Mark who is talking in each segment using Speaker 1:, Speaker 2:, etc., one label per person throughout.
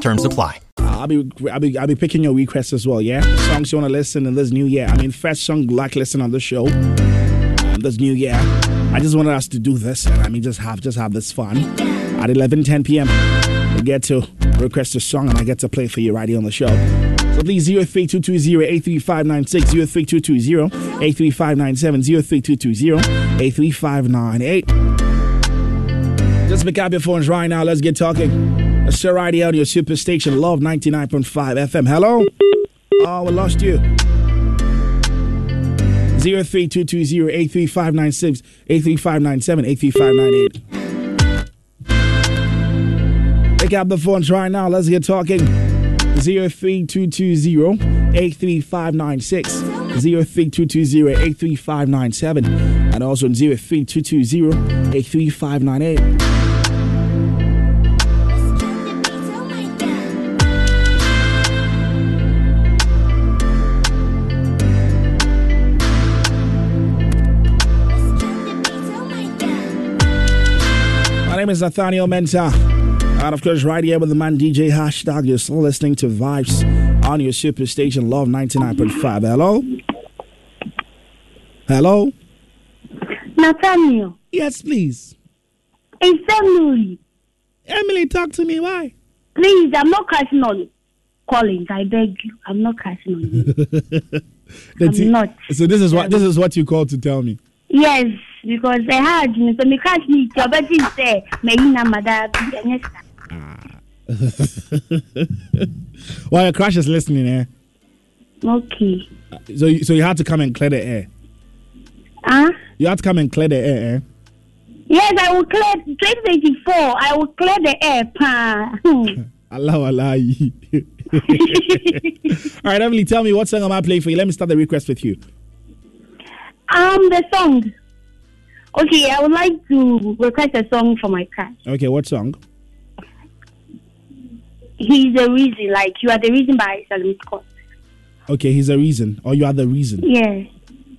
Speaker 1: Terms apply.
Speaker 2: I'll be I'll be I'll be picking your requests as well. Yeah, songs you wanna listen in this new year. I mean, first song like listen on the show um, this new year. I just wanted us to do this, and I mean, just have just have this fun at 11 10 p.m. We get to request a song, and I get to play for you right here on the show. So please 03220-83596, 03220-83597, 03220-83598. Just pick up your phones right now. Let's get talking. Let's sit right here on your superstation, Love 99.5 FM. Hello? Oh, we lost you. 03220-83596, 83597, 83598. Pick up the phones right now. Let's get talking. 03220-83596, 03220-83597, and also 03220-83598. My name is Nathaniel Menta. And of course, right here with the man DJ Hashtag. You're still listening to Vibes on your superstation, Love 99.5. Hello? Hello?
Speaker 3: Nathaniel,
Speaker 2: Yes, please.
Speaker 3: it's Emily.
Speaker 2: Emily, talk to me. Why?
Speaker 3: Please, I'm not crashing on you. Collins, I beg you. I'm not crashing on you. I'm not.
Speaker 2: So this is what this is what you called to tell me.
Speaker 3: yes, because I had you, so me crash me. Your betting say, me ina mada be an extra.
Speaker 2: Well, your crush is listening, eh?
Speaker 3: Okay.
Speaker 2: So you, so you had to come and clear the air.
Speaker 3: Huh?
Speaker 2: You had to come and clear the air, eh?
Speaker 3: Yes, I will clear 2024. I will clear the air. Pa. Hmm.
Speaker 2: Allah Allah. All right, Emily, tell me what song am I playing for you? Let me start the request with you.
Speaker 3: um, the song. Okay, I would like to request a song for my crush.
Speaker 2: Okay, what song?
Speaker 3: He's the reason. Like you are the reason by Salim Scott.
Speaker 2: Okay, he's the reason, or you are the reason.
Speaker 3: Yes.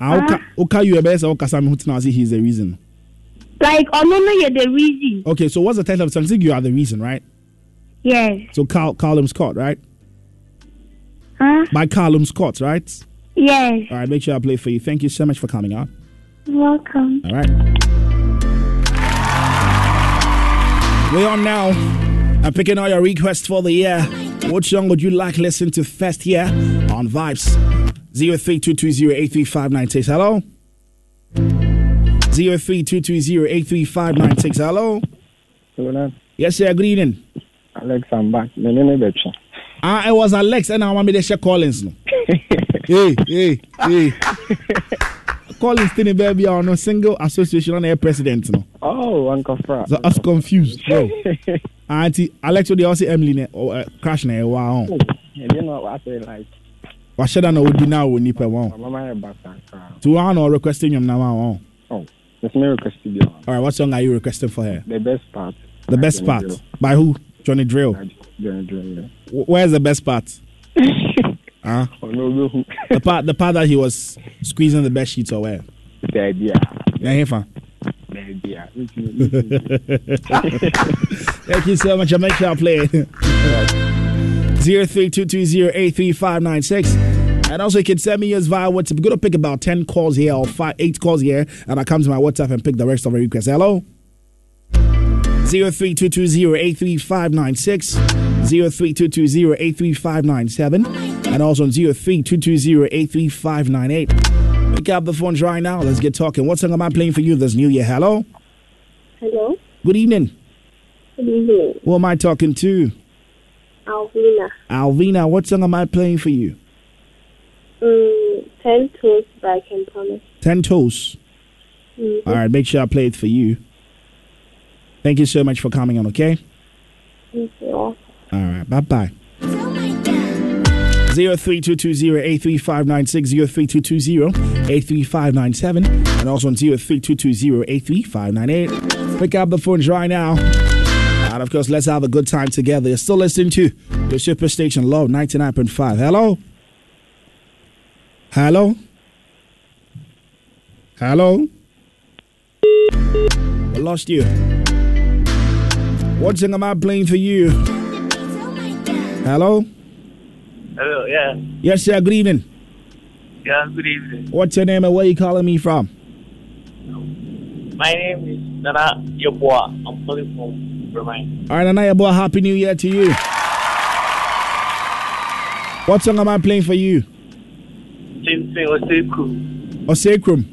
Speaker 2: Ah,
Speaker 3: Ah.
Speaker 2: oka, oka you best oka sami hutina asi he's the reason.
Speaker 3: Like oh no, no, you're the reason.
Speaker 2: Okay, so what's the title of the song? I think you are the reason, right?
Speaker 3: Yes.
Speaker 2: So Carl Callum Scott, right?
Speaker 3: Huh?
Speaker 2: By Callum Scott, right?
Speaker 3: Yes.
Speaker 2: All right, make sure I play for you. Thank you so much for coming out.
Speaker 3: Welcome.
Speaker 2: All right. We're on now. I'm picking all your requests for the year. What song would you like listen to first here on Vibes? 03220-83596. Hello? 03220-83596. Hello?
Speaker 4: Roland,
Speaker 2: Yes, sir. Good evening.
Speaker 4: Alex, I'm back. My name is Betcha.
Speaker 2: Ah, it was Alex and I want me to share Collins. No. hey, hey, hey. Collins didn't baby on no single association on air president. No.
Speaker 4: Oh, Uncle Fra.
Speaker 2: So I was confused, bro. Auntie, Alex, they also Emily ne, oh, uh, crash ne wow.
Speaker 4: You don't know what I say, like,
Speaker 2: Washada no would be now with nipa wow.
Speaker 4: my mama is back and cry.
Speaker 2: To one or requesting him now wow.
Speaker 4: Oh, it's Miracle Studio.
Speaker 2: All right, what song are you requesting for here?
Speaker 4: The best part.
Speaker 2: The best part by who? Johnny Drill.
Speaker 4: Johnny Drill.
Speaker 2: W- Where's the best part? Huh?
Speaker 4: Oh, no, no, who?
Speaker 2: The part, the part that he was squeezing the bed sheets or where?
Speaker 4: The idea.
Speaker 2: Yeah, here, fam.
Speaker 4: The idea. Listen, listen.
Speaker 2: Thank you so much. I'll make sure I play it. 0322083596. And also, you can send me yours via WhatsApp. Go to pick about 10 calls here or five, 8 calls here, and I come to my WhatsApp and pick the rest of the requests. Hello? 0322083596. 0322083597. And also on 0322083598. Pick up the phones right now. Let's get talking. What song am I playing for you this new year? Hello?
Speaker 5: Hello,
Speaker 2: Good evening.
Speaker 5: good evening,
Speaker 2: Who am I talking to?
Speaker 5: Alvina.
Speaker 2: Alvina, what song am I playing for you?
Speaker 5: Mm, Ten toes by Ken Thomas.
Speaker 2: Ten Toes.
Speaker 5: Mhm.
Speaker 2: All right, make sure I play it for you. Thank you so much for coming on, okay?
Speaker 5: Thank you all.
Speaker 2: All right, bye bye. 03220-83596, 03220-83597, and also on 03220-83598. Pick up the phones right now. And of course, let's have a good time together. You're still listening to the Superstation Love 99.5. Hello? Hello? Hello? I lost you. What song am I playing for you? Hello?
Speaker 6: Hello, yeah.
Speaker 2: Yes, sir. Good evening.
Speaker 6: Yeah, good evening.
Speaker 2: What's your name and where you calling me from?
Speaker 6: My name is Nana Yoboa. I'm calling from Brahman.
Speaker 2: All right, Anayabo, Happy New Year to you. What song am I playing for you?
Speaker 6: Jinsen Oseku.
Speaker 2: Osakrum.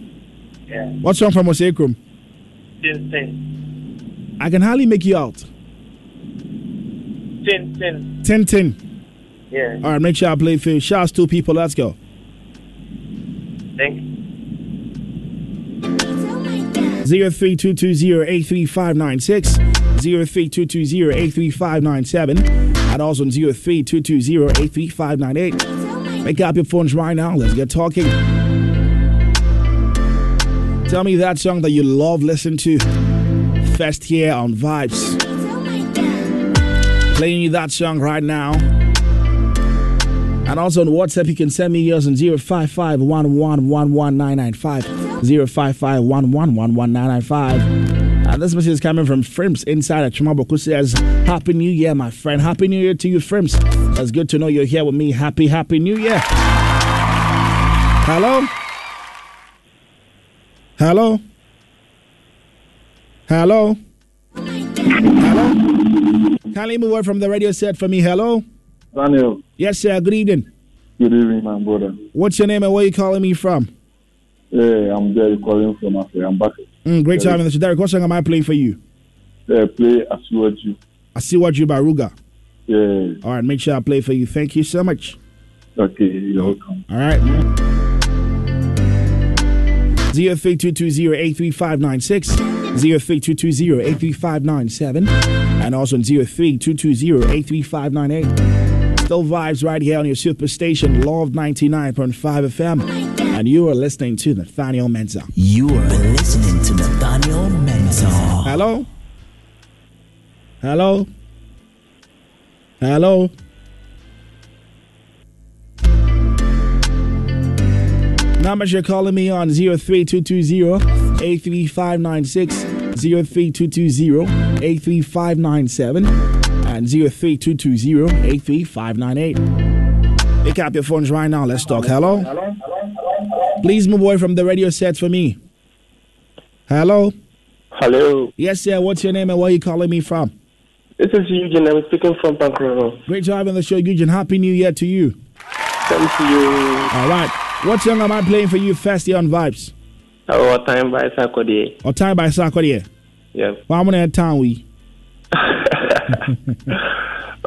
Speaker 6: Yeah,
Speaker 2: What song from Osakrum?
Speaker 6: Jinsen.
Speaker 2: I can hardly make you out.
Speaker 6: Jinsen.
Speaker 2: 10 10.
Speaker 6: Yeah,
Speaker 2: All right, make sure I play for you. Shouts to people. Let's go.
Speaker 6: thank you.
Speaker 2: 03220-83596, 03220-83597, and also 03220-83598. Make up your phones right now. Let's get talking. Tell me that song that you love listen to. First here on Vibes. Playing you that song right now. And also on WhatsApp, you can send me yours on 055-1111995. 055-1111995. And this message is coming from Frims inside at Chumaboku says, Happy New Year, my friend. Happy New Year to you, Frims. It's good to know you're here with me. Happy, happy New Year. Hello? Hello? Hello? Hello? Kindly move away from the radio set for me. Hello?
Speaker 4: Daniel,
Speaker 2: Yes, sir. Good evening.
Speaker 4: good evening, my brother.
Speaker 2: What's your name and where you calling me from?
Speaker 4: Yeah, I'm there calling from Africa. I'm back.
Speaker 2: Mm, great time, Mr. Derek. What song am I playing for you?
Speaker 4: Yeah, play as you are you.
Speaker 2: I see what you by Ruga.
Speaker 4: Yeah,
Speaker 2: All right, make sure I play for you. Thank you so much.
Speaker 4: okay, you're welcome.
Speaker 2: All right. 0322083596, 0322083597, and also 0322083598. Still vibes right here on your superstation, Love 99.5 FM. And you are listening to Nathaniel Menza.
Speaker 7: You are listening to Nathaniel Mensah.
Speaker 2: Hello? Hello? Hello? Numbers you're calling me on 03220-83596, 03220-83597, and 03220-83598. Pick up your phones right now. Let's talk. Hello? Please move away from the radio set for me. Hello?
Speaker 8: Hello,
Speaker 2: Yes, sir. What's your name and where you calling me from?
Speaker 8: this is Eugene. I'm speaking from Pankoro.
Speaker 2: Great job on the show, Eugene. Happy New Year to you.
Speaker 8: Thank you.
Speaker 2: All right. What song am I playing for you first here on Vibes?
Speaker 8: Our Oh, time by Sakodi.
Speaker 2: Or Time by Sakodia.
Speaker 8: Yeah.
Speaker 2: Well, I'm going to have time we.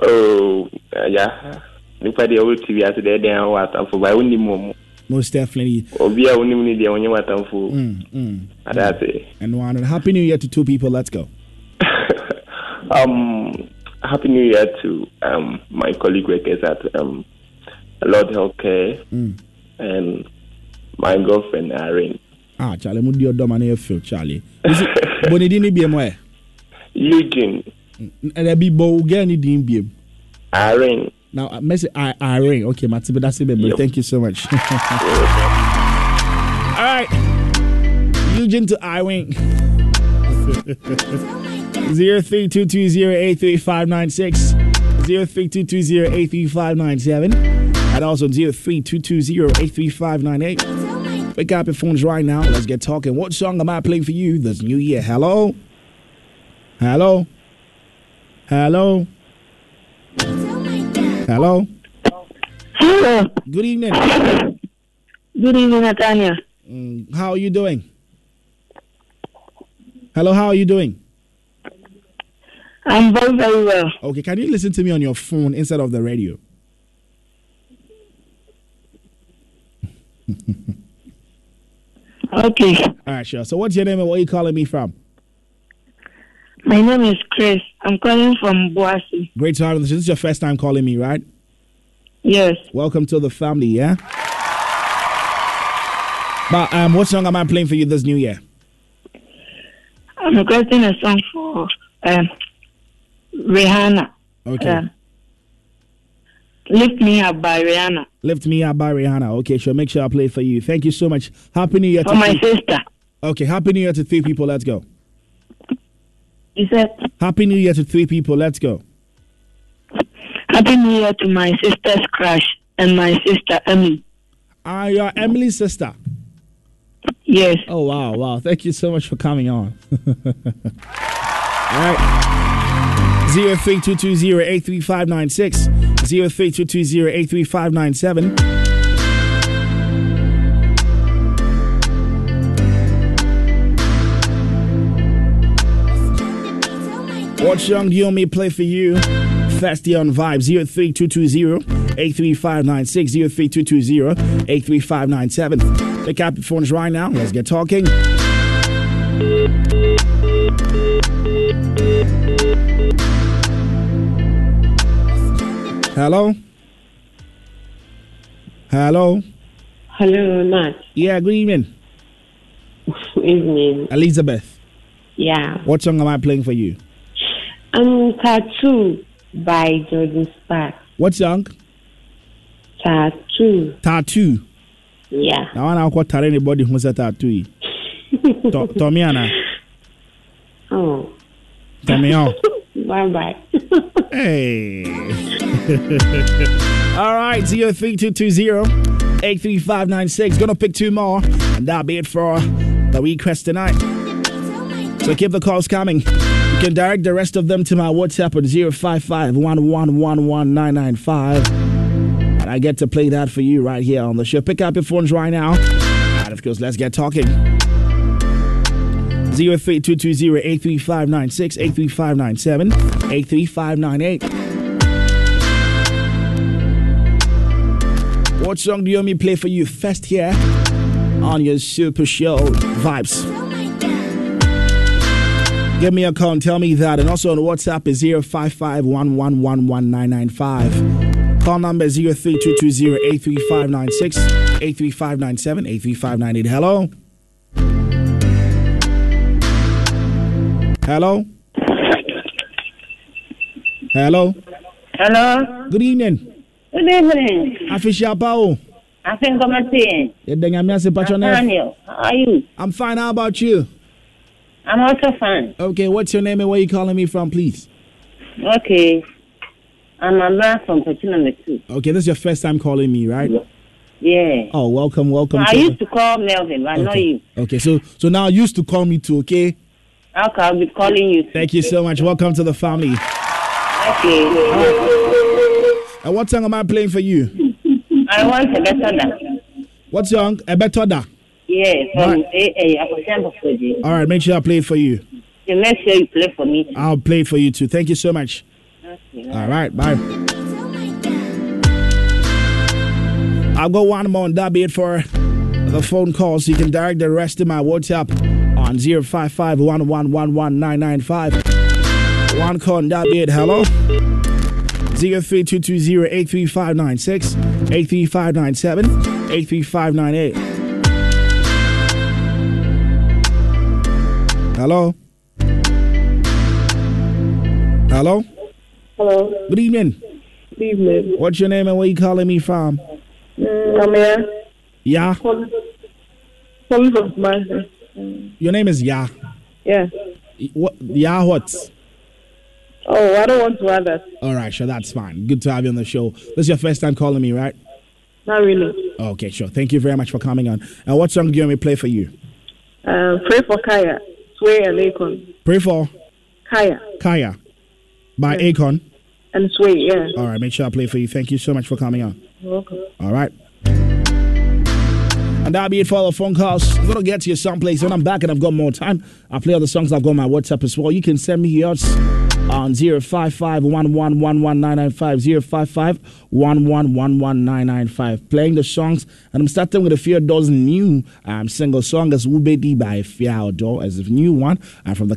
Speaker 8: Oh, uh, yeah. nipa deɛ ɔwɔ be ase deɛ ɛdɛn wɔ atamfo ba wonim wɔn
Speaker 2: Most definitely.
Speaker 8: obi a wonim no deɛ ɔnyɛ wɔ atamfo
Speaker 2: Mm, mm.
Speaker 8: adaase
Speaker 2: And one. And Happy New Year to two people. Let's go.
Speaker 8: um happy new year to um my colleague workers at um lord healthcare
Speaker 2: Mm.
Speaker 8: and my girlfriend irene
Speaker 2: Ah, Charlie, I'm your dumb and feel Charlie. You see, Bonnie didn't be more.
Speaker 8: eugene
Speaker 2: And I be bow again, you didn't be.
Speaker 8: irene
Speaker 2: Now, I message I, I ring. Okay, Matiba, that's it, baby.
Speaker 8: Yep.
Speaker 2: Thank you so much. All right. Eugene to Iwing. 0322083596, 0322083597, and also 0322083598. Pick up your phones right now. Let's get talking. What song am I playing for you this new year? Hello? Hello? Hello? Hello?
Speaker 5: Hello.
Speaker 2: Good evening.
Speaker 5: Good evening, Nathaniel.
Speaker 2: Mm, How are you doing? Hello, how are you doing?
Speaker 5: I'm very, very well.
Speaker 2: Okay, can you listen to me on your phone instead of the radio?
Speaker 5: Okay.
Speaker 2: All right, sure. So, what's your name and where you calling me from?
Speaker 5: My name is Chris. I'm calling from Boise.
Speaker 2: Great to have you. This is your first time calling me, right?
Speaker 5: Yes.
Speaker 2: Welcome to the family, yeah? But um, what song am I playing for you this new year?
Speaker 5: I'm requesting a song for um, Rihanna.
Speaker 2: Okay.
Speaker 5: Um, Lift Me Up by Rihanna.
Speaker 2: Lift Me Up by Rihanna. Okay, sure. Make sure I play for you. Thank you so much. Happy New Year to
Speaker 5: For Oh my
Speaker 2: three-
Speaker 5: sister.
Speaker 2: Okay, Happy New Year to three people. Let's go.
Speaker 5: He said,
Speaker 2: Happy New Year to three people. Let's go.
Speaker 5: Happy New Year to my sister's crush and my sister Emily.
Speaker 2: Ah, you are Emily's sister.
Speaker 5: Yes.
Speaker 2: Oh wow, wow! Thank you so much for coming on. All right. Zero three two two zero eight three five nine six. Zero three two two zero eight three five nine seven. What song do you want me to play for you? Fasty on Vibe 03220 83596 03220 83597. Pick up your phones right now. Let's get talking. Hello? Hello?
Speaker 9: Hello, Nat.
Speaker 2: Yeah, good evening.
Speaker 9: Evening.
Speaker 2: Elizabeth,
Speaker 9: Yeah.
Speaker 2: what song am I playing for you?
Speaker 9: Um, Tattoo by Jordan Sparks.
Speaker 2: What song?
Speaker 9: Tattoo.
Speaker 2: Tattoo.
Speaker 9: Yeah.
Speaker 2: na wana akwọtara anybody who said tattoo yi Tọ- tomiana
Speaker 9: Oh,
Speaker 2: tomion
Speaker 9: bye bye.
Speaker 2: hey all right 03220 83596 gonna pick two more and that'll be it for the request tonight so keep the calls coming you can direct the rest of them to my whatsapp at 055 and i get to play that for you right here on the show pick up your phones right now and of course let's get talking 03220-83596, 83597, 83598. What song do you want me to play for you first here on your Super Show Vibes? Give me a call and tell me that. And also on WhatsApp is 055 Call number is 03220-83596, 83597, 83598. Hello? Hello? Hello?
Speaker 5: Hello.
Speaker 2: Good evening.
Speaker 5: Good evening.
Speaker 2: Afisha Pao.
Speaker 5: I think I'm a teen. Daniel, how are you?
Speaker 2: I'm fine. How about you?
Speaker 5: I'm also fine.
Speaker 2: Okay, what's your name and where you calling me from, please?
Speaker 5: Okay. I'm a man from Petina too.
Speaker 2: Okay, this is your first time calling me, right?
Speaker 5: Yeah.
Speaker 2: Oh, welcome, welcome.
Speaker 5: I
Speaker 2: to-
Speaker 5: used to call Melvin, but
Speaker 2: okay.
Speaker 5: not you.
Speaker 2: Okay, so so now you used to call me too, okay?
Speaker 5: Okay, I'll be calling you.
Speaker 2: Thank you so much. Welcome to the family.
Speaker 5: Okay.
Speaker 6: Ah.
Speaker 2: And what song am I playing for you?
Speaker 5: I want a better than.
Speaker 2: What song? A better da.
Speaker 5: Yeah, from
Speaker 2: Right.
Speaker 5: AA, I was sample for you.
Speaker 2: All right, make sure I play it for you.
Speaker 5: So make sure you play for me.
Speaker 2: I'll play it for you too. Thank you so much. All right, bye. I'll go one more and that'll be it for the phone calls. You can direct the rest to my WhatsApp on 055 One call and that'll be it. Hello? 03220-83596, 83597, 83598. Hello? Hello?
Speaker 5: Hello.
Speaker 2: Good evening.
Speaker 5: Good evening. Mm,
Speaker 2: What's your name and where you calling me from?
Speaker 5: I'm here.
Speaker 2: Yeah.
Speaker 5: Calling from Kumasi.
Speaker 2: Your name is Ya.
Speaker 5: Yeah.
Speaker 2: What? Ya what?
Speaker 5: Oh, I don't want to add that.
Speaker 2: All right, sure, that's fine. Good to have you on the show. This is your first time calling me, right?
Speaker 5: Not really.
Speaker 2: Okay, sure. Thank you very much for coming on. And what song do you want me to play for you?
Speaker 5: Uh, pray for Kaya. Sway and Akon.
Speaker 2: Pray for
Speaker 5: Kaya
Speaker 2: Kaya by Akon.
Speaker 5: and Sway, yeah.
Speaker 2: All right, make sure I play for you. Thank you so much for coming on.
Speaker 5: Welcome.
Speaker 2: All right. And that'll be it for all the phone calls. I'm gonna get to you someplace when I'm back and I've got more time. I play other songs I've got on my WhatsApp as well. You can send me yours on 055-1111995, 055-1111995. Playing the songs, and I'm starting with a few dozen new um, single songs. Ubedi by Fiao Do as a new one. and from the